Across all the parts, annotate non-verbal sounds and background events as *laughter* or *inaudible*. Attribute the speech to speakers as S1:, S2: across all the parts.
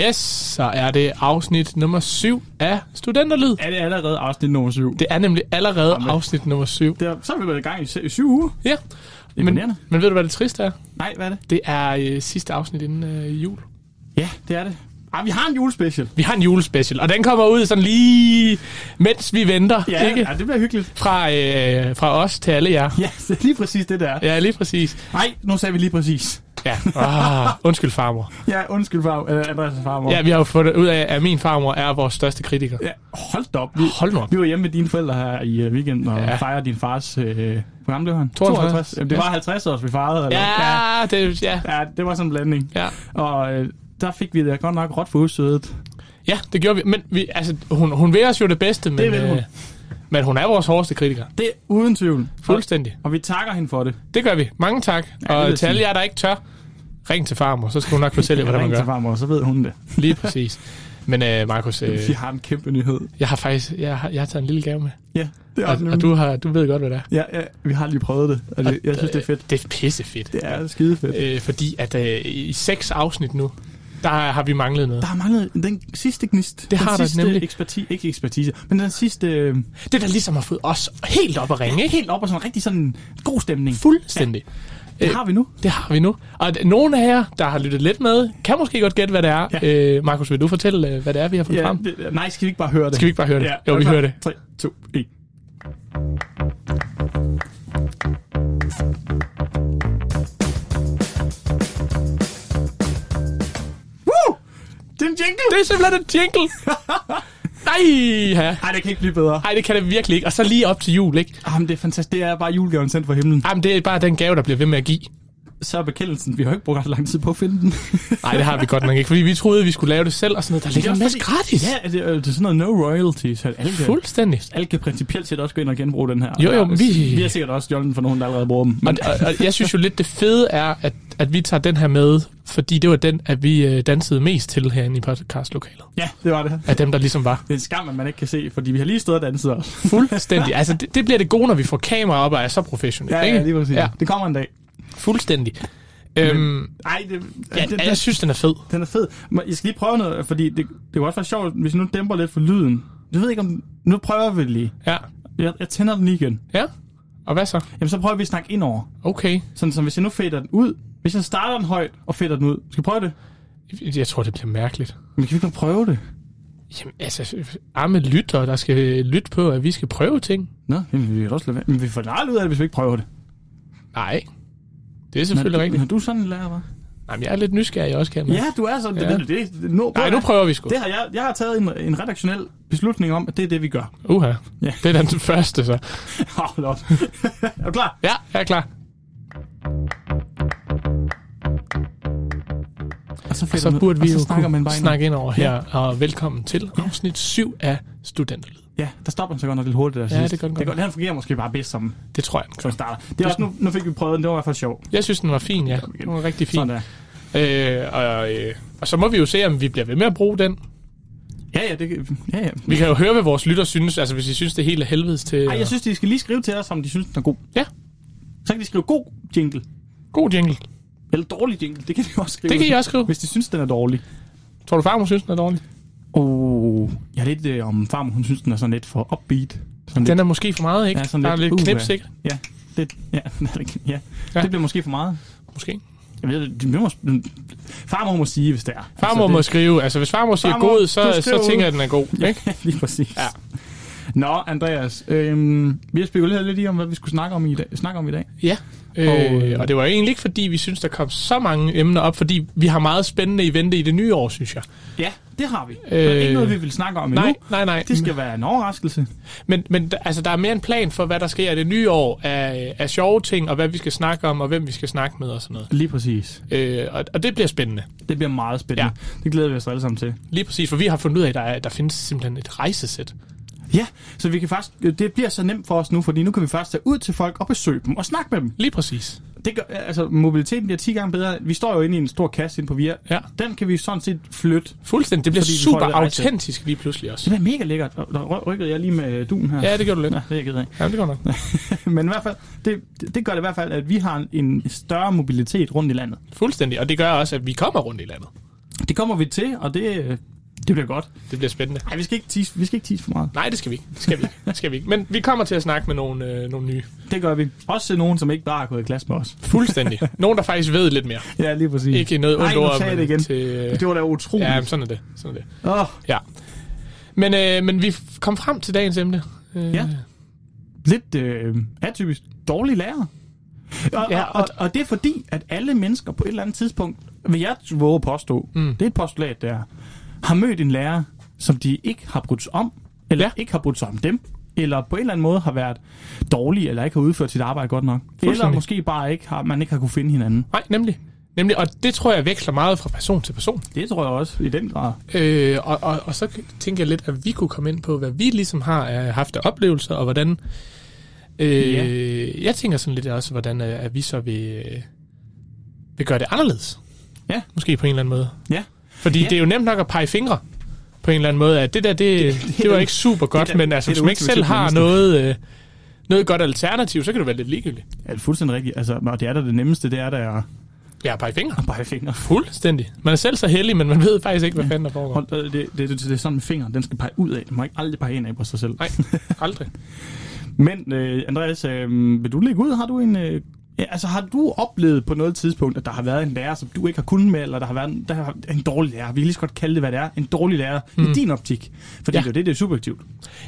S1: Yes, så er det afsnit nummer 7 af Studenterlyd.
S2: Er det allerede afsnit nummer 7?
S1: Det er nemlig allerede Jamen. afsnit nummer 7.
S2: Det er, så er vi været i gang i se- i syv uger.
S1: Ja, men,
S2: Imponerende.
S1: men ved du, hvad det triste er?
S2: Nej, hvad er det?
S1: Det er øh, sidste afsnit inden øh, jul.
S2: Ja, det er det. Ah, vi har en julespecial.
S1: Vi har en julespecial, og den kommer ud sådan lige, mens vi venter,
S2: Ja,
S1: ikke?
S2: ja, det bliver hyggeligt.
S1: Fra, øh, fra os til alle jer.
S2: Ja, *laughs* det er lige præcis det, der er.
S1: Ja, lige præcis.
S2: Nej, nu sagde vi lige præcis.
S1: Ja. Ah, undskyld, farmor.
S2: Ja, undskyld, far, uh, Andreas' farmor.
S1: Ja, vi har jo fundet ud af, at min farmor er vores største kritiker.
S2: ja, hold da op. Vi,
S1: Hold nu op.
S2: vi var hjemme med dine forældre her i uh, weekenden og
S1: Ja.
S2: ja. fejrede din fars... Øh, hvor gammel blev han?
S1: 52.
S2: Jamen, det var 50 års, vi fejrede. Eller?
S1: Ja, det, ja.
S2: ja. det var sådan en blanding.
S1: ja.
S2: Og øh, der fik vi da godt nok råt for udsødet.
S1: Ja, det gjorde vi. Men vi, altså, hun, hun vil os jo det bedste, men,
S2: Det vil hun.
S1: Øh, men hun er vores hårdeste kritiker.
S2: Det er uden tvivl.
S1: Fuldstændig.
S2: Og vi takker hende for det.
S1: Det gør vi. Mange tak.
S2: Ja,
S1: Ja,
S2: det vil
S1: og
S2: jeg
S1: til alle
S2: sige.
S1: jer, der ikke tør, ring til farmor, så skal hun nok fortælle jer, hvordan
S2: *laughs* Ring
S1: man
S2: til
S1: gør.
S2: farmor, så ved hun det.
S1: Lige præcis. Men øh, Markus, øh,
S2: Vi har en kæmpe nyhed.
S1: jeg har faktisk jeg har, jeg har taget en lille gave med.
S2: Ja, det er også
S1: Og, og
S2: nemlig.
S1: du, har, du ved godt, hvad det er.
S2: Ja, ja, vi har lige prøvet det, og det, jeg synes, det er fedt.
S1: Det er pissefedt.
S2: Det er skide fedt.
S1: Øh, fordi at øh, i seks afsnit nu, der har vi manglet noget.
S2: Der har manglet den sidste gnist.
S1: Det har
S2: den
S1: der
S2: sidste
S1: nemlig.
S2: Eksperti, ikke ekspertise, men den sidste øh,
S1: Det, der ligesom har fået os helt op at ringe, ikke?
S2: helt op og sådan rigtig sådan god stemning.
S1: Fuldstændig.
S2: Det har vi nu.
S1: Det har vi nu. Og d- nogle af jer, der har lyttet lidt med, kan måske godt gætte, hvad det er. Ja.
S2: Ja.
S1: Øh, Markus, vil du fortælle, øh, hvad det er, vi har fundet ja. frem?
S2: det, nej, skal vi ikke bare høre det?
S1: Skal vi ikke bare høre det?
S2: Ja,
S1: Jo, vi hører det.
S2: 3, 2, 1. Woo! Det er en jingle!
S1: Det er simpelthen en *laughs* jingle! Nej, ja.
S2: Ej, det kan ikke blive bedre.
S1: Ej, det kan det virkelig ikke. Og så lige op til jul, ikke?
S2: Jamen, Ah, det er fantastisk. Det er bare julegaven sendt fra himlen.
S1: Jamen, det er bare den gave, der bliver ved med at give.
S2: Så er bekendelsen. Vi har jo ikke brugt ret lang tid på at
S1: *laughs*
S2: finde den.
S1: Nej, det har vi godt nok ikke, fordi vi troede, vi skulle lave det selv og sådan noget. Der ligger en masse gratis.
S2: Ja, det, er- det er sådan noget no royalties. så Alle kan,
S1: Fuldstændig.
S2: alle kan principielt set også gå ind og genbruge den her.
S1: Jo, jo,
S2: Ja,
S1: vi-
S2: Vi har sikkert også stjålet den for nogen, der allerede bruger dem.
S1: Og,
S2: Men
S1: og, og jeg synes jo lidt, det fede er, at, at vi tager den her med, fordi det var den, at vi øh, dansede mest til herinde i podcastlokalet.
S2: ja, det var det.
S1: Af dem, der ligesom var.
S2: Det er en skam, at man ikke kan se, fordi vi har lige stået og danset også.
S1: Fuldstændig. Altså, det, det bliver det gode, når vi får kamera op og er så professionelle.
S2: *laughs* Ja,
S1: ikke?
S2: ja, lige præcis. Ja. Det kommer en dag.
S1: fuldstændig. Øhm,
S2: Ej, det,
S1: ja,
S2: den,
S1: ja, jeg synes, den er fed.
S2: den er fed. Men Jeg skal lige prøve noget, fordi det, det kunne også være sjovt, hvis jeg nu dæmper lidt for lyden. Jeg ved ikke om... Nu prøver vi lige.
S1: Ja.
S2: Jeg, jeg tænder den lige igen.
S1: ja. Og hvad så?
S2: Jamen, så prøver vi at snakke ind over.
S1: Okay.
S2: Sådan som hvis jeg nu fader den ud. Hvis jeg starter den højt og fader den ud. Skal vi prøve det?
S1: Jeg tror, det bliver mærkeligt.
S2: Men kan vi ikke prøve det?
S1: Jamen, altså, arme lytter, der skal lytte på, at vi skal prøve ting.
S2: Nå, jamen, vi kan også lade være. Men vi får det aldrig ud af det, hvis vi ikke prøver det.
S1: Nej. Det er selvfølgelig
S2: Når-
S1: rigtigt.
S2: Når du er sådan en lærer, hva'?
S1: Jamen, jeg er lidt nysgerrig også, kan jeg mærke.
S2: Ja, du er sådan. Ja.
S1: Ja.
S2: Det, det, det, det, nu,
S1: Nej, nu prøver vi sgu.
S2: det har jeg, jeg har taget en, en redaktionel beslutning om, at det er det, vi gør. *laughs*
S1: Uha.
S2: Ja.
S1: Det er den første, så.
S2: Hold op. *laughs* er du klar?
S1: Ja, jeg er klar.
S2: Og så,
S1: Så burde vi
S2: og så
S1: jo
S2: snakker
S1: kunne
S2: man bare ind.
S1: snakke ind over her. Og velkommen til afsnit 7 af Studenterlyd.
S2: Ja, der stopper den så godt nok lidt hurtigt der
S1: Ja,
S2: sidst.
S1: det gør den
S2: det,
S1: godt.
S2: Den fungerer måske bare bedst som,
S1: Det tror jeg. den
S2: som
S1: gør.
S2: starter. Det er også, nu, nu fik vi prøvet den, det var i hvert fald sjov.
S1: Jeg synes, den var fin, ja. Den var rigtig fin.
S2: Sådan der.
S1: Øh, og, øh, og så må vi jo se, om vi bliver ved med at bruge den.
S2: Ja, ja, det, kan- ja, ja.
S1: Vi kan jo høre, hvad vores lytter synes. Altså, hvis I synes, det er helt af helvedes til...
S2: Ej, jeg synes, de skal lige skrive til os, om de synes, den er god.
S1: Ja.
S2: Så kan de skrive god jingle.
S1: God jingle.
S2: Eller dårlig jingle, det kan de også skrive.
S1: Det kan I også skrive.
S2: Hvis de synes, den er dårlig.
S1: Tror du, farmor synes, den er dårlig?
S2: Oh, jeg er lidt øh, om farmor, hun synes, den er sådan lidt for upbeat. Sådan
S1: Den er måske for meget, ikke?
S2: Ja, sådan
S1: der er
S2: lidt.
S1: lidt
S2: Uh,
S1: knips, ikke?
S2: lidt, ja, det, ja, *laughs* ja,
S1: Ja.
S2: ja, det bliver måske for meget.
S1: Måske.
S2: Jeg ved, det- det må, farmor må sige, hvis det er.
S1: Farmor
S2: det,
S1: må skrive. Altså, hvis farmor siger
S2: Farmor,
S1: god, så,
S2: du skriver
S1: så tænker
S2: ud.
S1: jeg, at den er god, ikke?
S2: *laughs* Ja, lige præcis.
S1: Ja.
S2: Nå, Andreas, øhm, vi har spekuleret lidt i, om hvad vi skulle snakke om i dag. Snakke om i dag.
S1: Ja.
S2: Og,
S1: Øh,
S2: øh,
S1: og det var egentlig ikke, fordi vi synes, der kom så mange emner op, fordi vi har meget spændende i vente i det nye år, synes jeg.
S2: Ja, det har vi. Øh, det er
S1: Øh,
S2: ikke noget, vi vil snakke om
S1: Nej,
S2: endnu.
S1: nej, nej.
S2: Det skal være en overraskelse.
S1: Men, men der- altså, der er mere en plan for, hvad der sker i det nye år af, af sjove ting, og hvad vi skal snakke om, og hvem vi skal snakke med og sådan noget.
S2: Lige præcis.
S1: Øh, og, og det bliver spændende.
S2: Det bliver meget spændende. Ja. Det glæder vi os alle sammen til.
S1: Lige præcis, for vi har fundet ud af, at der, er- der findes simpelthen et rejsesæt.
S2: Ja, så vi kan faktisk, det bliver så nemt for os nu, fordi nu kan vi faktisk tage ud til folk og besøge dem og snakke med dem.
S1: Lige præcis.
S2: Det gør, altså, mobiliteten bliver 10 gange bedre. Vi står jo inde i en stor kasse inde på VIA.
S1: Ja.
S2: Den kan vi sådan set flytte.
S1: Fuldstændig. Det bliver
S2: Fordi vi får
S1: super
S2: det rejsesæt.
S1: autentisk lige pludselig også.
S2: Det bliver mega lækkert. Og Der ry- rykkede jeg lige med duen her.
S1: Ja, det gjorde du lidt.
S2: Nå, det er jeg ked af.
S1: Ja, det går nok.
S2: Men i hvert fald, det, det- det gør det i hvert fald, at vi har en, en større mobilitet rundt i landet.
S1: Fuldstændig. Og det gør også, at vi kommer rundt i landet.
S2: Det kommer vi til, og det, øh, det bliver godt.
S1: Det bliver spændende.
S2: Nej, vi skal ikke tease, vi skal ikke tease for meget.
S1: Nej, det skal vi ikke. Det skal vi ikke. Det skal vi ikke. Men vi kommer til at snakke med nogle, øh, nogle nye.
S2: Det gør vi. Også til nogen, som ikke bare har gået i klasse med os.
S1: Fuldstændig. Nogen, der faktisk ved lidt mere.
S2: Ja, lige præcis.
S1: Ikke noget ondt
S2: Ej, nu
S1: ord,
S2: sagde jeg det
S1: men
S2: igen.
S1: til, øh,
S2: Det var da utroligt.
S1: Ja,
S2: Ja,
S1: men sådan er det. Sådan er det.
S2: oh,
S1: Ja. Men, øh, men vi kom frem til dagens emne. Øh,
S2: Ja. lidt øh, atypisk dårlig lærer. Og,
S1: Ja,
S2: ja, og, og, og det er fordi, at alle mennesker på et eller andet tidspunkt, vil jeg våge at påstå, mm. det er et postulat, der har mødt en lærer, som de ikke har brudt sig om, eller
S1: Ja.
S2: ja. ikke har brudt sig om dem, eller på en eller anden måde har været dårlig, eller ikke har udført sit arbejde godt nok. Eller
S1: Fuldstændig.
S2: måske bare ikke har, man ikke har kunne finde hinanden.
S1: Nej, nemlig. Nemlig, og det tror jeg veksler meget fra person til person.
S2: Det tror jeg også i den grad.
S1: Øh, og, og, og så tænker jeg lidt, at vi kunne komme ind på, hvad vi ligesom har øh, haft af oplevelser, og hvordan... Øh, ja. Jeg tænker sådan lidt også, hvordan øh, at vi så vil, øh, vil gøre det anderledes.
S2: Ja.
S1: Måske på en eller anden måde.
S2: Ja.
S1: Fordi ja. det er jo nemt nok at pege fingre på en eller anden måde, at det der,
S2: *laughs*
S1: det, det, det var ikke super godt,
S2: det er-
S1: men altså,
S2: det er
S1: hvis
S2: det
S1: man ikke selv
S2: ultimative
S1: har
S2: menneske.
S1: noget, øh, noget godt alternativ, så kan det være lidt ligegyldigt.
S2: Ja, det er fuldstændig rigtigt. Altså, og det er da det nemmeste, det er da at
S1: Ja, pege fingre.
S2: pege fingre.
S1: Fuldstændig. Man er selv så heldig, men man ved faktisk ikke, hvad fanden der foregår.
S2: Hold, øh, det, det, det, det er sådan en finger, den skal pege ud af. Den må ikke aldrig pege ind af på sig selv.
S1: Nej, aldrig.
S2: Men øh, Andreas, øh, vil du lægge ud? Har du en... Øh, ja, altså, har du oplevet på noget tidspunkt, at der har været en lærer, som du ikke har kunnet med, eller der har været en, der har, en dårlig lærer? Vi kan lige så godt kalde det, hvad det er. En dårlig lærer mm. i din optik. Fordi
S1: Ja.
S2: ja. det er jo det, det er subjektivt.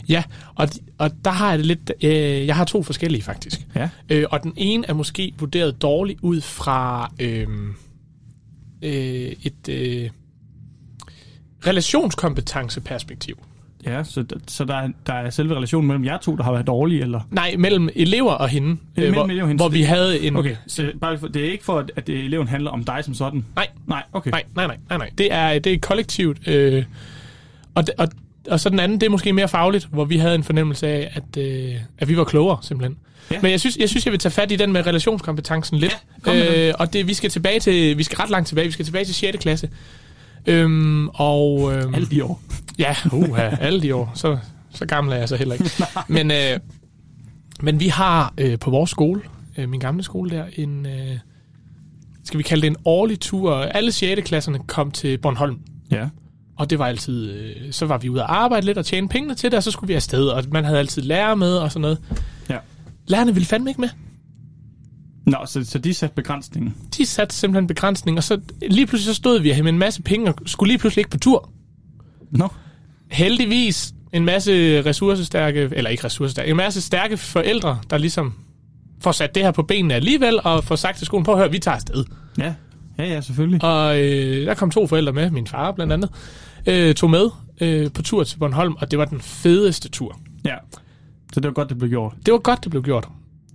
S1: Ja, og, de- og der har jeg det lidt... Øh, jeg har to forskellige, faktisk.
S2: Ja.
S1: Øh, og den ene er måske vurderet dårlig ud fra øh, øh, et øh, relationskompetenceperspektiv.
S2: Ja, så, d- så der, er- der er selve relationen mellem jer to, der har været dårlige, eller...
S1: Nej, mellem elever og hende, øh,
S2: mellem
S1: hvor,
S2: elever og hende.
S1: hvor vi havde en...
S2: Okay, så bare for, det er ikke for, at, at det- eleven handler om dig som sådan.
S1: Nej,
S2: Nej, okay.
S1: Nej, nej, nej, nej, nej. Det er, det er kollektivt. Øh, og, d- og, og så den anden, det er måske mere fagligt, hvor vi havde en fornemmelse af, at, øh, at vi var klogere, simpelthen. Ja.
S2: Ja.
S1: Men jeg synes, jeg synes, jeg vil tage fat i den med relationskompetencen lidt.
S2: Ja, kom med
S1: øh, og det, vi skal tilbage til, vi skal ret langt tilbage, vi skal tilbage til 6. klasse. Øhm, og, øhm,
S2: Alle de år.
S1: Ja, uha, alle de år. Så, så gammel er jeg så heller ikke. men, øh, men vi har øh, på vores skole, øh, min gamle skole der, en, øh, skal vi kalde det en årlig tur. Alle 6. klasserne kom til Bornholm.
S2: Ja.
S1: Og det var altid, øh, så var vi ude at arbejde lidt og tjene pengene til det, og så skulle vi afsted, og man havde altid lærer med og sådan noget.
S2: ja.
S1: Lærerne ville fandme ikke med.
S2: Nå, så, så de satte begrænsningen.
S1: De satte simpelthen begrænsning, og så lige pludselig så stod vi her med en masse penge, og skulle lige pludselig ikke på tur.
S2: Nå.
S1: heldigvis en masse ressourcestærke, eller ikke ressourcestærke, en masse stærke forældre, der ligesom får sat det her på benene alligevel, og får sagt til skolen, prøv at høre, vi tager afsted.
S2: Ja. Ja, ja, selvfølgelig.
S1: Og øh, der kom to forældre med, min far blandt andet, øh, tog med øh, på tur til Bornholm, og det var den fedeste tur.
S2: Ja. Så det var godt, det blev gjort.
S1: Det var godt, det blev gjort.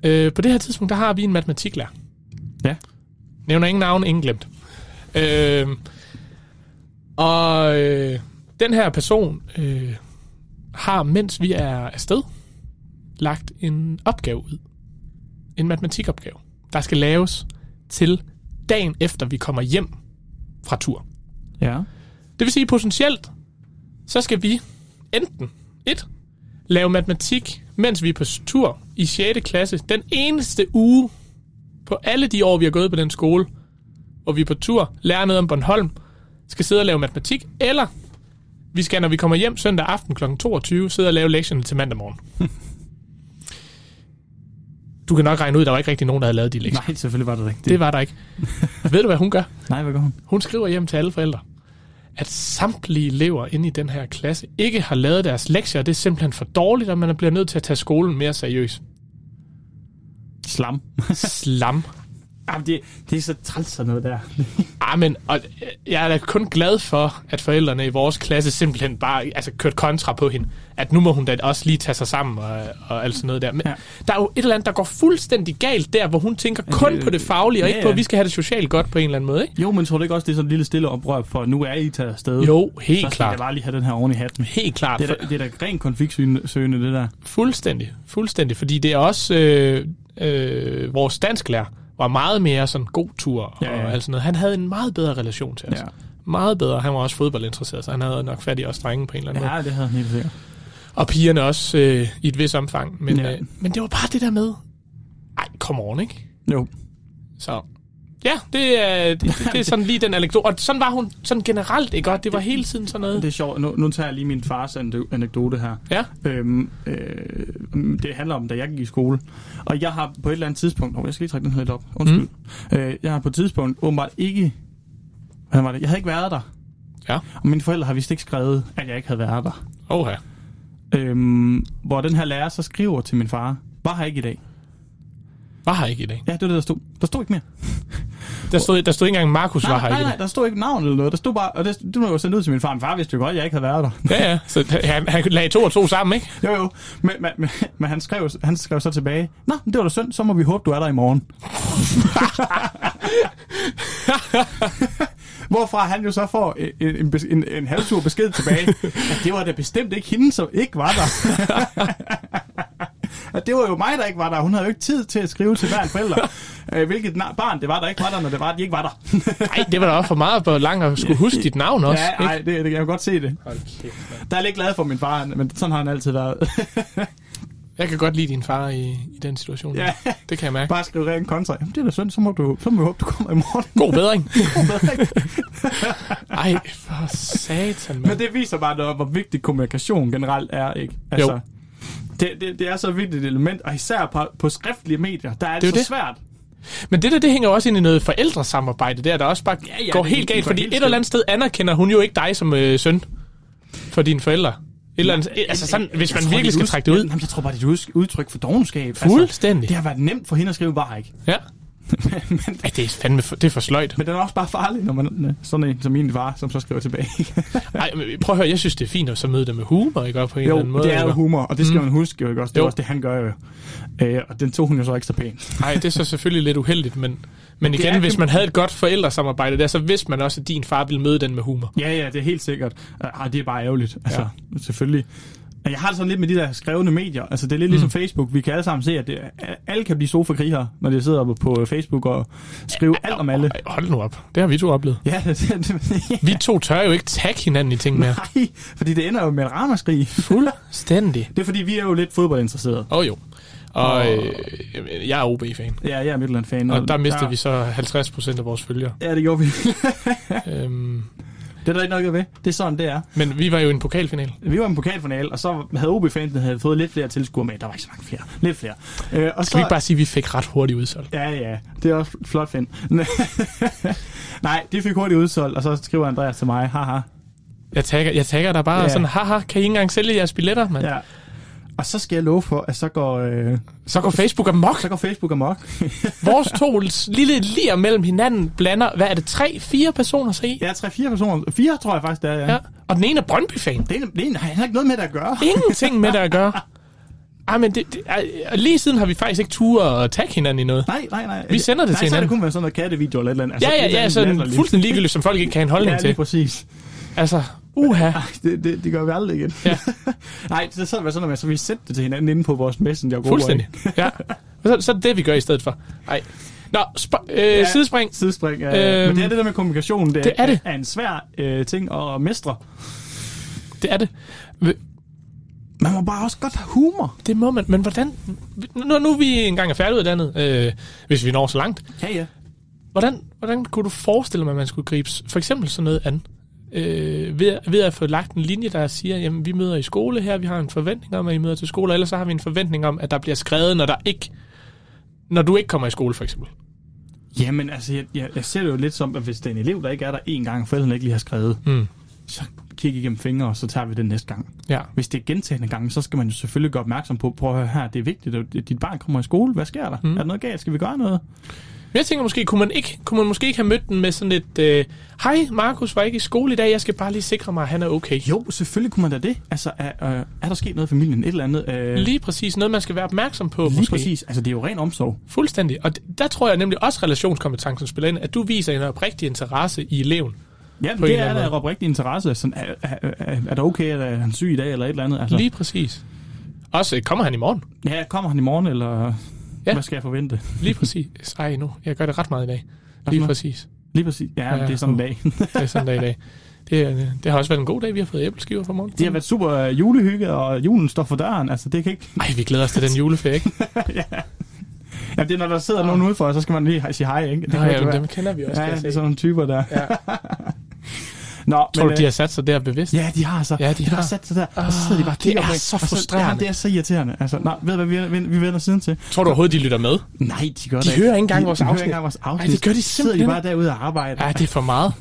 S1: Øh, på det her tidspunkt, der har vi en matematiklærer.
S2: Ja.
S1: Nævner ingen navn, ingen glemt. Øh, og øh, den her person øh, har, mens vi er afsted, lagt en opgave ud. En matematikopgave, der skal laves til dagen efter, vi kommer hjem fra tur.
S2: Ja.
S1: Det vil sige, potentielt, så skal vi enten 1. lave matematik, mens vi er på tur i 6. klasse, den eneste uge på alle de år, vi har gået på den skole, hvor vi er på tur, lærer noget om Bornholm, skal sidde og lave matematik, eller vi skal, når vi kommer hjem søndag aften kl. 22, sidde og lave lektionerne til mandag morgen. Du kan nok regne ud, der var ikke rigtig nogen, der havde lavet de lektier.
S2: Nej, selvfølgelig var det rigtigt.
S1: Det var der ikke. Ved du, hvad hun gør?
S2: Nej, hvad gør hun?
S1: Hun skriver hjem til alle forældre, at samtlige elever inde i den her klasse ikke har lavet deres lektier, og det er simpelthen for dårligt, og man bliver nødt til at tage skolen mere seriøst.
S2: *laughs* Slam.
S1: Slam.
S2: Jamen, det, det er så træls sådan noget der.
S1: Ah, men og øh, jeg er da kun glad for, at forældrene i vores klasse simpelthen bare altså, kørte kontra på hende. At nu må hun da også lige tage sig sammen og, og alt sådan noget der. Men ja.
S2: Ja.
S1: der er jo et eller andet, der går fuldstændig galt der, hvor hun tænker kun
S2: det-
S1: på det faglige, og
S2: ja,
S1: ikke på, at
S2: ja.
S1: vi skal have det socialt godt på en eller anden måde. Ikke?
S2: Jo, men tror du ikke også, det er sådan et lille stille oprør, for nu er I taget afsted?
S1: Jo,
S2: Mm. så
S1: helt
S2: skal jeg
S1: klart.
S2: bare lige have den her oven i hatten.
S1: Helt klart.
S2: Det er da, det er da ren konfliktsøgende, det der.
S1: Fuldstændig, fuldstændig, fordi det er også øh, øh, vores dansklærer var meget mere sådan god tur ja,
S2: Ja,
S1: ja.
S2: ja.
S1: og alt sådan noget. Han havde en meget bedre relation til os. Ja.
S2: Ja.
S1: Meget bedre. Han var også fodboldinteresseret, så han havde nok fat i os drenge på en eller anden ja. måde.
S2: Ja, det havde han helt sikkert.
S1: Og pigerne også øh, i et vis omfang. Men, ja.
S2: Ja.
S1: øh, men det var bare det der med, ej, come on, ikke?
S2: Jo,
S1: Så Ja, det er, det, det er sådan lige den anekdote. Og sådan var hun sådan generelt, ikke? Og det var hele tiden sådan
S2: Det
S1: noget.
S2: er sjovt. Nu, nu tager jeg lige min fars ane- anekdote her.
S1: Ja,
S2: Øhm, øh, det handler om, da jeg gik i skole. Og jeg har på et eller andet tidspunkt... Oh, jeg skal lige trække den her lidt op. Undskyld. Mm. Øh, jeg har på et tidspunkt åbenbart ikke... Hvad var det? Jeg havde ikke været der.
S1: ja.
S2: Og mine forældre har vist ikke skrevet, at jeg ikke havde været der.
S1: Oha.
S2: Øhm, hvor den her lærer så skriver til min far, var her ikke i dag.
S1: Var her ikke i dag.
S2: Ja, det var det, der stod. Der stod ikke mere.
S1: Der stod, der stod ikke engang, Markus var her
S2: nej,
S1: ikke
S2: nej,
S1: i
S2: nej,
S1: dag.
S2: der stod ikke navn eller noget. Der stod bare, og det, det var jo sendt ud til min far. Min far vidste jo godt, at jeg ikke havde været der.
S1: Ja, ja. Så han, han lagde to og to sammen, ikke?
S2: Jo, jo. Men, men, men, men han, skrev, han skrev så tilbage, Nå, men det var da synd, så må vi håbe, du er der i morgen. *laughs* Hvorfra han jo så får en, en, bes- en, en halvtur besked tilbage, at det var da bestemt ikke hende, som ikke var der. *laughs* Og det var jo mig, der ikke var der. Hun havde jo ikke tid til at skrive til hver en forælder, øh, hvilket na- barn det var, der ikke var der, når det var, at de ikke var der.
S1: Nej, det var da også for meget på langt at skulle huske dit navn også.
S2: *laughs* ja, nej, det, det, jeg kan godt se det.
S1: Hold kæft, mand.
S2: Der er jeg lidt glad for min far, men sådan har han altid været.
S1: Jeg kan godt lide din far i, i den situation.
S2: Ja.
S1: Det kan jeg mærke.
S2: Bare skrive ren kontra. Jamen, det er da synd, så må, du, så må vi håbe, du kommer i morgen.
S1: *laughs* God bedring.
S2: bedring.
S1: Ej, for satan,
S2: Men
S1: mand.
S2: det viser bare noget, om, hvor vigtig kommunikation generelt er, ikke? Altså,
S1: Jo.
S2: Det, det, det er så vigtigt et element, og især på, på skriftlige medier, der er det,
S1: Det er jo
S2: det så
S1: det.
S2: svært.
S1: Men det der, det hænger jo også ind i noget forældresamarbejde der, der også bare ja,
S2: ja,
S1: ja, går
S2: det-
S1: helt
S2: det
S1: galt,
S2: går
S1: fordi
S2: helt
S1: et eller andet sted anerkender hun jo ikke dig som øh, søn for dine forældre. Et eller andet, altså sådan, hvis
S2: Jeg
S1: man
S2: tror,
S1: virkelig
S2: det er
S1: skal
S2: et
S1: trække det
S2: ud-
S1: ud.
S2: Jamen, jeg tror bare, det er et ud- udtryk for dogenskab. Altså,
S1: Fuldstændig.
S2: det har været nemt for hende at skrive, var ikke.
S1: Ja.
S2: *laughs* men,
S1: Ej, det er fandme for, det er for sløjt.
S2: men den er også bare farlig, når man sådan en som min var, som så skriver tilbage.
S1: *laughs* Ej, men prøv at høre, jeg synes, det er fint at så møde dem med humor, ikke? Og på en
S2: jo,
S1: eller anden måde.
S2: det er jo
S1: ikke?
S2: humor, og det skal mm. man huske jo ikke også. Det er
S1: Jo.
S2: også det, han gør jo. Øh, og den tog hun jo så ikke så pænt.
S1: Nej, det er så selvfølgelig lidt uheldigt, men, men
S2: det er
S1: igen, hvis
S2: kæmpe-
S1: man havde et godt forældresamarbejde der, så vidste man også, at din far ville møde den med humor.
S2: Ja, ja, det er helt sikkert. Ah, det er bare ærgerligt. Altså, ja.
S1: Ja.
S2: selvfølgelig. Men Jeg har det sådan lidt med de der skrevne medier. Altså, det er lidt ligesom mm. Facebook. Vi kan alle sammen se, at det, øh, alle kan blive sofakrigere, når de sidder oppe på øh, Facebook og skriver alt om alle.
S1: Ej, hold nu op. Det har vi to oplevet.
S2: Ja, *laughs* det, det, det,
S1: Vi to tør jo ikke tagge hinanden i ting mere.
S2: nej, fordi det ender jo med et ramaskrig.
S1: Fuldstændig.
S2: Det er fordi, vi er jo lidt fodboldinteresserede.
S1: Åh oh, jo. Og
S2: Og-
S1: øh, jeg er OB-fan.
S2: Ja, jeg er Midtland-fan.
S1: Og der mistede vi så 50% af vores følgere.
S2: Ja, det gjorde vi.
S1: øhm,
S2: det er der ikke noget ved. Det er sådan, det er.
S1: men vi var jo i en pokalfinal.
S2: Vi var i en pokalfinale, og så havde OB-fansene havde fået lidt flere tilskuere med. Der var ikke så mange flere. Lidt flere. Øh, og
S1: Skal vi ikke bare sige, at vi fik ret hurtigt udsolgt?
S2: Ja, ja. Det er også flot find. *laughs* Nej, det fik hurtigt udsolgt, og så skriver Andreas til mig, haha.
S1: Jeg tagger, jeg tagger der bare
S2: Ja.
S1: ja. sådan, haha, kan I ikke engang sælge jeres billetter, mand? Ja.
S2: Ja. Og så skal jeg love for, at så går, øh,
S1: Så går Facebook amok.
S2: så går Facebook amok.
S1: Vores to lille lir mellem hinanden blander, hvad er det, tre, fire personer sig i?
S2: Ja, tre, fire personer. Fire, tror jeg faktisk, det er, ja.
S1: Ja.
S2: ja.
S1: Og den ene er Brøndby-fan.
S2: Det, er, det er, han har ikke noget med det at gøre.
S1: Ingenting med det at gøre. Ej, men det, det, ej, og lige siden har vi faktisk ikke turet at tagge hinanden i noget.
S2: Nej, nej, nej.
S1: Vi sender det
S2: nej,
S1: til
S2: så er det
S1: hinanden.
S2: kun været sådan noget kattevideo eller et eller andet. Altså,
S1: Ja, ja,
S2: et eller
S1: ja,
S2: andet
S1: sådan
S2: latterligt.
S1: fuldstændig ligegyldigt, som folk ikke kan have en
S2: Ja,
S1: holdning
S2: lige
S1: til.
S2: præcis.
S1: Altså, uha.
S2: Ej, det, det, det, gør vi aldrig igen.
S1: Ja.
S2: nej, så sad vi sådan noget med, så vi sendte det til hinanden inde på vores messenger -gruppe.
S1: Fuldstændig. Ja. Og så, så er det det, vi gør i stedet for. Ej. Nå, sp- øh, ja. sidespring.
S2: Sidespring. Ja. Øhm,
S1: Øhm,
S2: Men det er det der med kommunikation, det,
S1: det er det.
S2: er en svær øh, ting at mestre.
S1: Det er det. V-
S2: Man må bare også godt have humor.
S1: Det må man. Men hvordan... Når nu vi engang er færdiguddannet, øh, hvis vi når så langt,
S2: Ja, ja.
S1: hvordan, hvordan kunne du forestille dig, at man skulle gribe s- for eksempel sådan noget an? Øh, ved, ved at få lagt en linje, der siger, jamen vi møder i skole her, vi har en forventning om, at I møder til skole, og ellers så har vi en forventning om, at der bliver skrevet, når der ikke når du ikke kommer i skole, for eksempel.
S2: Jamen, altså, jeg, jeg, jeg ser det jo lidt som, at hvis det er en elev, der ikke er der en gang, og forældrene ikke lige har skrevet,
S1: Mm.
S2: så kig igennem fingre, og så tager vi det næste gang.
S1: Ja.
S2: Hvis det er gentagende gange, så skal man jo selvfølgelig gøre opmærksom på, prøv at høre her, det er vigtigt, at dit barn kommer i skole. Hvad sker der? Mm. Er der noget galt? Skal vi gøre noget?
S1: Men jeg tænker måske, kunne man, ikke, kunne man måske ikke have mødt den med sådan et, øh, hej, Markus var ikke i skole i dag, jeg skal bare lige sikre mig, at han er okay.
S2: Jo, selvfølgelig kunne man da det. Altså, er, øh, er der sket noget i familien? Et eller andet? Øh,
S1: Lige præcis noget, man skal være opmærksom på.
S2: lige
S1: måske.
S2: præcis. Altså, det er jo ren omsorg.
S1: Fuldstændig. Og d- der tror jeg nemlig også, relationskompetencen spiller ind, at du viser en oprigtig interesse i eleven.
S2: Ja,
S1: en
S2: det
S1: eller
S2: er
S1: anden
S2: da
S1: måde.
S2: oprigtig interesse. Sådan, er, er, er, er det okay, at er han syg i dag, eller et eller andet? Altså,
S1: Lige præcis. Også, øh, kommer han i morgen?
S2: ja, kommer han i morgen, eller ja.
S1: Ja.
S2: hvad skal jeg forvente?
S1: Lige præcis. Ej, nu. Jeg gør det ret meget i dag.
S2: noget?
S1: Lige præcis.
S2: Lige præcis. Ja, ja
S1: Ja,
S2: det er sådan en
S1: uh.
S2: dag. *laughs*
S1: Det er sådan der i dag. Det, er, øh, det har også været en god dag, vi har fået æbleskiver for morgen.
S2: det har været super øh, julehygge, og julen står for døren. Altså, det kan ikke...
S1: Ej, vi glæder os til den juleferie, ikke?
S2: Ja, det er, når der sidder nogen udenfor, så skal man lige sige hej, ikke? Det
S1: Nå,
S2: kan
S1: ja,
S2: ikke
S1: men
S2: være.
S1: dem kender vi også.
S2: ja,
S1: kan
S2: ja,
S1: jeg
S2: det er
S1: se.
S2: sådan nogle typer der.
S1: Ja.
S2: *laughs* Nå,
S1: Tror du,
S2: øh,
S1: de har sat sig der bevidst?
S2: Ja, de har altså. så.
S1: Ja, de har.
S2: har sat sig der, og så sidder de bare og
S1: Ah,
S2: kigger
S1: det er
S2: på en,
S1: så
S2: og
S1: frustrerende.
S2: Ja, altså, det er så irriterende. Altså, nej, ved du, hvad vi, vi, vi vender siden til?
S1: Tror du overhovedet, de lytter med?
S2: Nej, de gør
S1: De hører ikke engang vores
S2: de, de hører
S1: afsnit.
S2: ikke engang vores afsnit.
S1: Ej, det gør de
S2: Så sidder
S1: simpelthen.
S2: de bare derude og arbejder.
S1: Ja, det er for meget.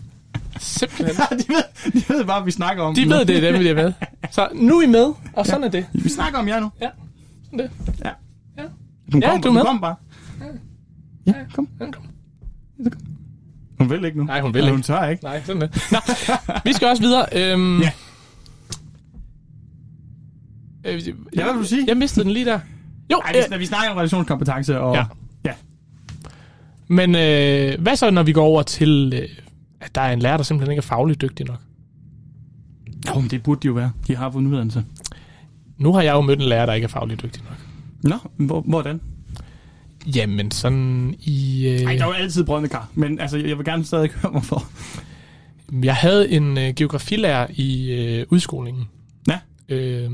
S1: Simpelthen.
S2: Ja, *laughs* de, ved, de ved bare, at vi snakker om
S1: De
S2: dem nu.
S1: ved, det er dem, vi er med. Så nu er I med, og sådan er det.
S2: Vi snakker om jer nu.
S1: Ja, sådan det.
S2: Ja.
S1: Ja.
S2: Du
S1: Ja,
S2: kom,
S1: du er med.
S2: kom bare. Ja, kom. Hun vil ikke nu.
S1: Nej, hun vil
S2: Eller
S1: ikke.
S2: Hun tør ikke.
S1: Nej, sådan det. Nå, vi skal også videre. Øhm,
S2: Ja.
S1: Øh,
S2: Ja, hvad vil du sige?
S1: Jeg mistede den lige der. Jo,
S2: Ej, vi,
S1: øh,
S2: snakker, vi snakker om relationskompetence og...
S1: Ja.
S2: ja.
S1: men øh, hvad så, når vi går over til, øh, at der er en lærer, der simpelthen ikke er fagligt dygtig nok?
S2: Jo, men det burde de jo være. De har fået en uddannelse.
S1: Nu har jeg jo mødt en lærer, der ikke er fagligt dygtig nok.
S2: Nå, hvor, hvordan?
S1: Jamen, sådan i... Øh,
S2: Ej, der er jo altid brødende kar, men altså, jeg vil gerne stadig høre, hvorfor.
S1: Jeg havde en øh, geografilærer i øh, udskolingen.
S2: Ja.
S1: Øh,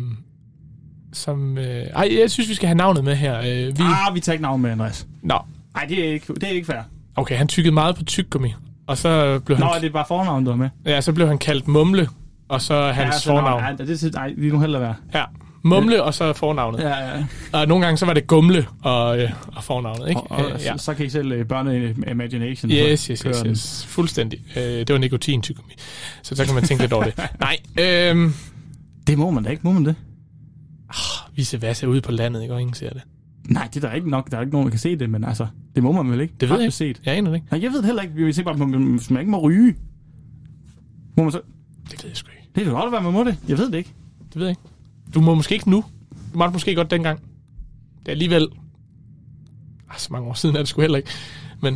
S1: som... Øh, ej, jeg synes, vi skal have navnet med her. Øh, vi, ah.
S2: Ah, vi tager ikke navn med, Andreas.
S1: Nå,
S2: Nej, det er ikke, det er ikke fair.
S1: okay, han tykkede meget på tyggegummi. Og så blev,
S2: Nå,
S1: han,
S2: det er bare fornavn, du har med.
S1: ja, så blev han kaldt Mumle, og så hans
S2: altså,
S1: fornavn.
S2: Nej, det er, nej, vi nu hellere være.
S1: Ja, Mumle, og så fornavnet. Ja.
S2: Ja, ja.
S1: Og nogle gange, så var det Gumle og, øh, og fornavnet, ikke?
S2: Og,
S1: Øh,
S2: og ja. så, så kan I selv uh, børne imagination.
S1: Yes,
S2: så
S1: yes,
S2: kører
S1: yes,
S2: den.
S1: yes. Fuldstændig. Øh, det var nikotin tyggegummi. Så så kan man tænke lidt
S2: *laughs*
S1: over det. Nej, øhm,
S2: Det må man da ikke, må man det?
S1: vi ser vasse ude på landet, ikke? Og ingen ser det.
S2: Nej, det er der ikke nok. Der er ikke nogen, der kan se det, men altså, det må man vel ikke?
S1: Det ved jeg ikke.
S2: Faktisk Set.
S1: Jeg aner det ikke.
S2: Nej, jeg ved det heller ikke. Vi ser bare, at hvis man ikke må ryge, må man så...
S1: Det ved jeg sgu ikke.
S2: Det kan godt være, man må det. Jeg ved det ikke.
S1: Det ved jeg ikke. Du må måske ikke nu. Du måtte måske godt dengang. Det er alligevel... Ah, så mange år siden er det sgu heller ikke. Men,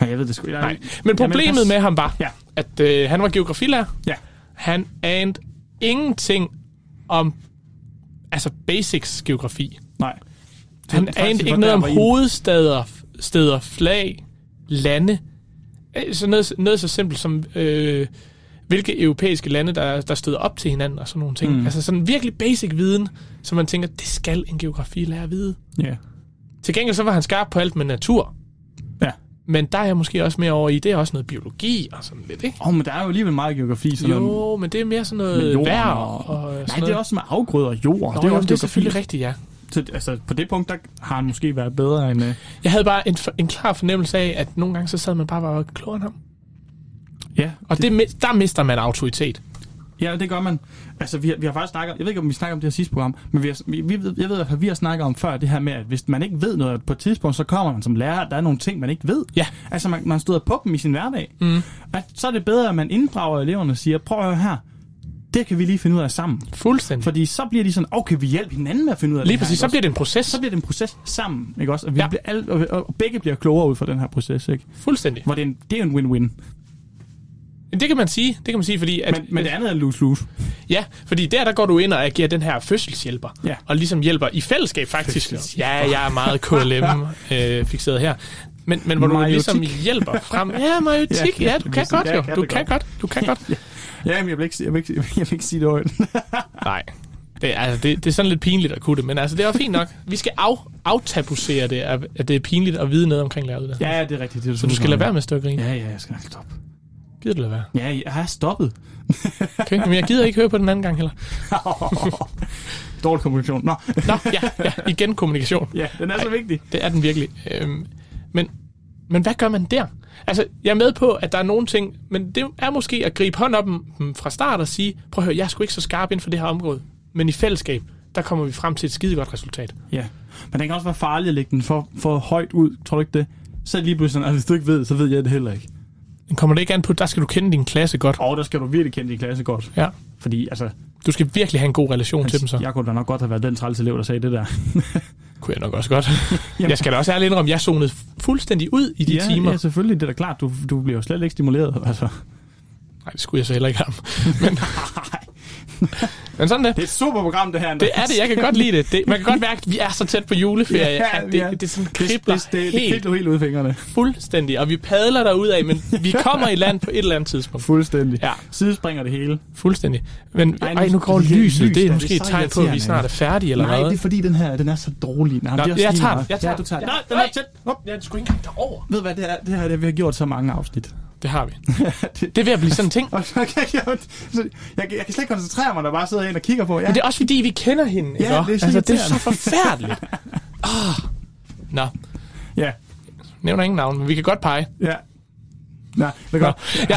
S2: Nej, jeg ved det sgu ikke.
S1: nej. Men problemet
S2: pas.
S1: med ham var,
S2: Ja.
S1: at øh, han var geografilærer.
S2: Ja.
S1: Han anede ingenting om altså basics geografi.
S2: Nej.
S1: Han
S2: faktisk
S1: anede
S2: var
S1: ikke noget
S2: der,
S1: om
S2: hvor I-
S1: hovedsteder, steder, flag, lande. Øh, Så noget, noget så simpelt som, øh, hvilke europæiske lande, der, der støder op til hinanden og sådan nogle ting. Mm.
S2: Mm.
S1: Altså sådan virkelig basic viden, som man tænker, det skal en geografilærer vide.
S2: Ja.
S1: Til gengæld så var han skarp på alt med natur.
S2: Ja.
S1: Men der er jeg måske også mere over i, det er også noget biologi og sådan lidt, ikke?
S2: Åh, oh, men der er jo alligevel meget geografi. Sådan
S1: Jo, men det er mere sådan
S2: med
S1: noget
S2: jorden
S1: vejr og,
S2: og-
S1: og sådan
S2: Nej, det er også med afgrøder og jord.
S1: Nå,
S2: det er jo
S1: jo, det
S2: også
S1: er
S2: geografi.
S1: selvfølgelig rigtigt, ja.
S2: Så, altså, på det punkt, der har han måske været bedre end... Øh,
S1: Jeg havde bare en, en klar fornemmelse af, at nogle gange så sad man bare og var klogere end ham.
S2: ja,
S1: Og det, mi- der mister man autoritet.
S2: ja, det gør man. Altså, vi har, vi har faktisk snakket... Jeg ved ikke, om vi snakker om det her sidste program, men vi har, vi, vi, ved- jeg ved, at vi har snakket om før det her med, at hvis man ikke ved noget på et tidspunkt, så kommer man som lærer, at der er nogle ting, man ikke ved.
S1: Ja.
S2: Altså, man, man støder på dem i sin hverdag. Mm. At, så er det bedre, at man inddrager eleverne og siger, prøv at høre her, det kan vi lige finde ud af sammen.
S1: Fuldstændig.
S2: Fordi så bliver de sådan, okay, vi hjælper hinanden med at finde ud af
S1: Lige
S2: det her,
S1: præcis,
S2: ikke
S1: så
S2: også?
S1: bliver det en proces.
S2: så bliver det en proces sammen, ikke også? Og, vi
S1: Ja.
S2: ja. bliver alle, og, og begge bliver klogere ud fra den her proces, ikke?
S1: Fuldstændig.
S2: Hvor det er en, det er en win-win.
S1: Men Det kan man sige, det kan man sige, fordi at,
S2: Men, men det andet er en lose-lose.
S1: ja, fordi der, der går du ind og agerer den her fødselshjælper,
S2: Ja.
S1: og ligesom hjælper i fællesskab faktisk. Ja, jeg er meget KLM-fixeret øh, her. Men, men hvor du
S2: Majotik.
S1: ligesom hjælper frem. Ja, majotik,
S2: Ja,
S1: ja, du kan
S2: præcis.
S1: godt
S2: Ja,
S1: jo.
S2: jeg kan
S1: Du
S2: det
S1: kan
S2: godt.
S1: godt, du kan godt.
S2: Ja, men jeg vil ikke, jeg vil ikke, jeg vil ikke sige det højt.
S1: Nej. Det, er- altså, det, det er sådan lidt pinligt at kunne det, men altså, det var fint nok. Vi skal af, aftabusere det, at at det er pinligt at vide noget omkring læreruddannelsen.
S2: *laughs* ja, ja, det er rigtigt. Det er
S1: Så du skal lade være med at stå og grine.
S2: Ja, ja, jeg skal nok stoppe.
S1: Gider du lade være?
S2: Ja, jeg har *laughs* stoppet.
S1: Okay, men jeg gider ikke høre på den anden gang heller.
S2: Dårlig kommunikation. Nå,
S1: Nå, ja, ja, igen kommunikation.
S2: ja, den er så vigtig.
S1: Det er den virkelig. Øhm, men, men hvad gør man der? Altså, jeg er med på, at der er nogle ting, men det er måske at gribe hånd op dem fra start og sige, prøv at høre, jeg er sgu ikke så skarp inden for det her område, men i fællesskab, der kommer vi frem til et skide godt resultat.
S2: Ja. Men den kan også være farlig at lægge den for, for højt ud, tror du ikke det? Så er det lige pludselig sådan, altså, hvis du ikke ved, så ved jeg det heller ikke.
S1: Men kommer det ikke an på, der skal du kende din klasse godt.
S2: Og der skal du virkelig kende din klasse godt.
S1: Ja.
S2: Fordi, altså,
S1: Du skal virkelig have en god relation til dem så.
S2: jeg kunne da nok godt have været den træls elev, der sagde det der.
S1: Kunne jeg nok også
S2: *laughs*
S1: godt. jeg skal da også ærligt indrømme, jeg zonede fuldstændig ud i de
S2: ja,
S1: timer.
S2: Ja, selvfølgelig. Det er da klart. Du, du bliver jo slet ikke stimuleret. Altså. *laughs*
S1: Nej, det skulle jeg så heller ikke have. Men, Men sådan det.
S2: Det er et super program, det her, Andreas.
S1: Det er det, jeg kan godt lide det. det man kan godt mærke, at vi er så tæt på juleferie,
S2: *laughs* Ja,
S1: at det,
S2: vi er.
S1: det, det sådan kribler
S2: det, det, det
S1: helt
S2: kribler helt ud i fingrene.
S1: fuldstændig. Og vi padler derudad, men vi kommer i land på et eller andet tidspunkt.
S2: Fuldstændig.
S1: Ja.
S2: Sidespringer det hele.
S1: Fuldstændig. Men
S2: Ej,
S1: ej,
S2: nu-
S1: nu går
S2: det er
S1: lyset.
S2: lys,
S1: Det er
S2: der.
S1: måske
S2: Det er
S1: et
S2: så
S1: tegn på, at vi
S2: irriterende.
S1: snart er færdige eller
S2: Nej,
S1: hvad.
S2: det er fordi, den her den er så dårlig. Nej,
S1: Nå,
S2: det er også
S1: jeg
S2: lige
S1: tager den.
S2: meget.
S1: Jeg tager
S2: ja, du tager den.
S1: Nej, den er tæt. Op. Jeg er sgu ikke engang derovre.
S2: Ved du hvad, det er, det her det, vi har gjort så mange afsnit.
S1: Det har
S2: *laughs*
S1: vi. Det er ved at blive sådan en ting.
S2: Og så kan *laughs* jeg, så Altså, jeg, jeg kan slet ikke koncentrere mig, når jeg bare sidder ind og kigger på. Ja.
S1: Men det er også fordi, vi kender hende, ikke?
S2: det er så
S1: altså, det er så
S2: irriterende.
S1: forfærdeligt.
S2: *laughs*
S1: Oh. Nå,
S2: ja,
S1: nævner ingen navn, men vi kan godt pege.
S2: ja. Nej, det
S1: Nå.
S2: er godt.
S1: Ja,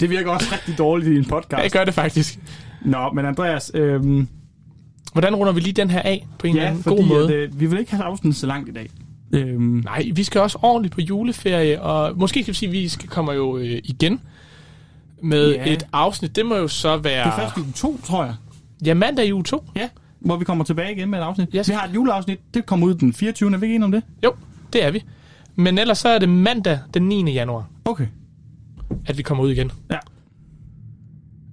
S2: Det virker også rigtig dårligt i en
S1: jeg
S2: podcast.
S1: gør det faktisk.
S2: Nå, men Andreas, øhm,
S1: Hvordan runder vi lige den her af på en eller
S2: ja,
S1: anden
S2: fordi
S1: god måde?
S2: At, øh, vi vil ikke have afsnittet så langt i dag. Øhm,
S1: Nej, vi skal også ordentligt på juleferie, og måske kan vi sige, at vi skal, kommer jo øh, igen med
S2: Ja.
S1: ja. et afsnit. Det må jo så være...
S2: det er først i uge to, tror jeg.
S1: Ja, mandag i uge 2.
S2: Ja, hvor vi kommer tilbage igen med et afsnit.
S1: Yes.
S2: Vi har et juleafsnit, det kommer ud den 24. Er vi ikke enige om det?
S1: Jo, det er vi. Men ellers så er det mandag den 9. januar,
S2: Okay.
S1: at vi kommer ud igen.
S2: Ja.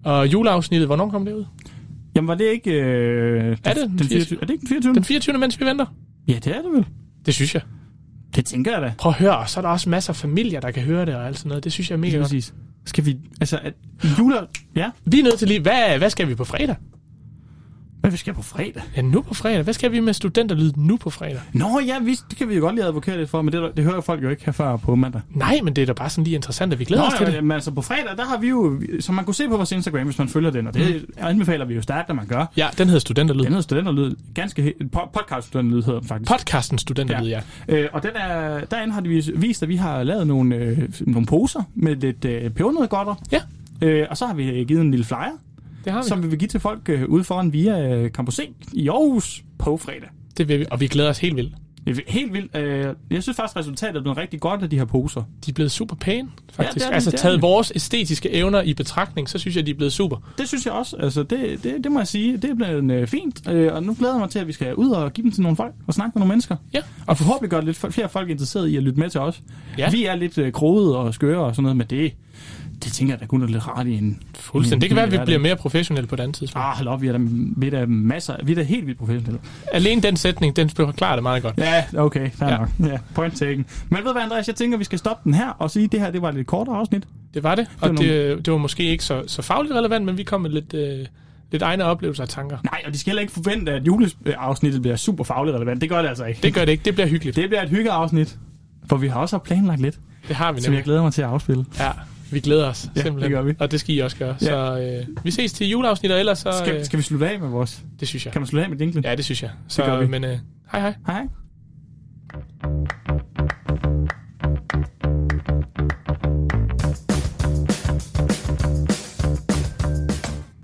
S1: Og juleafsnittet, hvornår kom det ud?
S2: Jamen var det ikke... Øh,
S1: Er det den
S2: den 24?
S1: 24?
S2: Er det ikke den 24?
S1: Den 24. mens vi venter?
S2: Ja, det er det vel.
S1: Det synes jeg.
S2: Det tænker jeg da.
S1: Prøv at høre, og så er der også masser af familier, der kan høre det og alt sådan noget. Det synes jeg er mega
S2: Lige
S1: godt.
S2: præcis. Skal vi... Altså, at jule... Ja.
S1: Vi er nødt til lige, hvad, hvad skal vi på fredag?
S2: Hvad vi skal på fredag?
S1: Ja, nu på fredag. Hvad skal vi med studenterlyd nu på fredag?
S2: Nå ja, vi, det kan vi jo godt lige advokere lidt for, men det, det hører folk jo ikke her før på mandag.
S1: Nej, men det er da bare sådan lige interessant, at vi
S2: Nå,
S1: glæder os til
S2: ja,
S1: det.
S2: men altså på fredag, der har vi jo, som man kunne se på vores Instagram, hvis man følger den, og det
S1: Mm.
S2: anbefaler vi jo stærkt, at man gør.
S1: Ja, den hedder Studenterlyd.
S2: Den hedder Studenterlyd, ganske he- po- podcast Studenterlyd hedder den faktisk.
S1: Podcasten Studenterlyd, ja.
S2: Øh, og den er, derinde har de vis- vist, at vi har lavet nogle, øh, nogle poser med lidt øh, pebernødgodter.
S1: Ja,
S2: Øh, og så har vi øh, givet en lille flyer,
S1: det har vi.
S2: som vi vil give til folk øh, ude foran via øh, Campus C i Aarhus på fredag.
S1: Det vil vi, og vi glæder os helt vildt.
S2: Det er Helt vildt. Øh, jeg synes faktisk, resultatet er blevet rigtig godt af de her poser.
S1: De er blevet super pæne,
S2: det
S1: faktisk.
S2: er
S1: Ja,
S2: de,
S1: altså
S2: det er
S1: taget
S2: de.
S1: vores æstetiske evner i betragtning, så synes jeg, de er blevet super.
S2: Det synes jeg også. Altså, det, det, det må jeg sige. Det er blevet øh, fint. Øh, og nu glæder jeg mig til, at vi skal ud og give dem til nogle folk og snakke med nogle mennesker.
S1: Ja,
S2: Og forhåbentlig gør det lidt fol- flere folk interesseret i at lytte med til os.
S1: Ja.
S2: Vi er lidt øh, krogede og skøre og sådan noget, men det, det tænker jeg da kun er lidt rart i en...
S1: fuldstændig. Det kan være, at vi
S2: Ja,
S1: bliver mere professionelle på et andet tidspunkt.
S2: Ah, hold op, vi er da, vi er da masser... Vi er da helt vildt professionelle.
S1: Alene den sætning, den forklarer det meget godt.
S2: Ja, okay, fair ja.
S1: Ja.
S2: nok. Ja, point taken. Men ved du hvad, Andreas, jeg tænker, vi skal stoppe den her og sige, at det her det var et lidt kortere afsnit.
S1: Det var det, og
S2: var
S1: det, det, var måske ikke så, så fagligt relevant, men vi kom med lidt, øh, lidt egne oplevelser og tanker.
S2: Nej, og de skal heller ikke forvente, at juleafsnittet bliver super fagligt relevant. Det gør det altså ikke.
S1: Det gør det ikke, det bliver hyggeligt. Det,
S2: Det bliver et hyggeafsnit, for vi har også haft planlagt lidt,
S1: det har vi
S2: som jeg
S1: nemlig.
S2: glæder mig til at afspille.
S1: Ja, vi glæder os
S2: Ja,
S1: simpelthen.
S2: det gør vi.
S1: Og det skal I også gøre. Ja. Så øh, vi ses til juleafsnit, og ellers så... Øh,
S2: Skal, skal vi slutte af med vores...
S1: Det synes jeg.
S2: Kan man slutte af med dinklen?
S1: Ja, det synes jeg. Så,
S2: Det gør vi.
S1: Men øh, hej hej.
S2: Hej.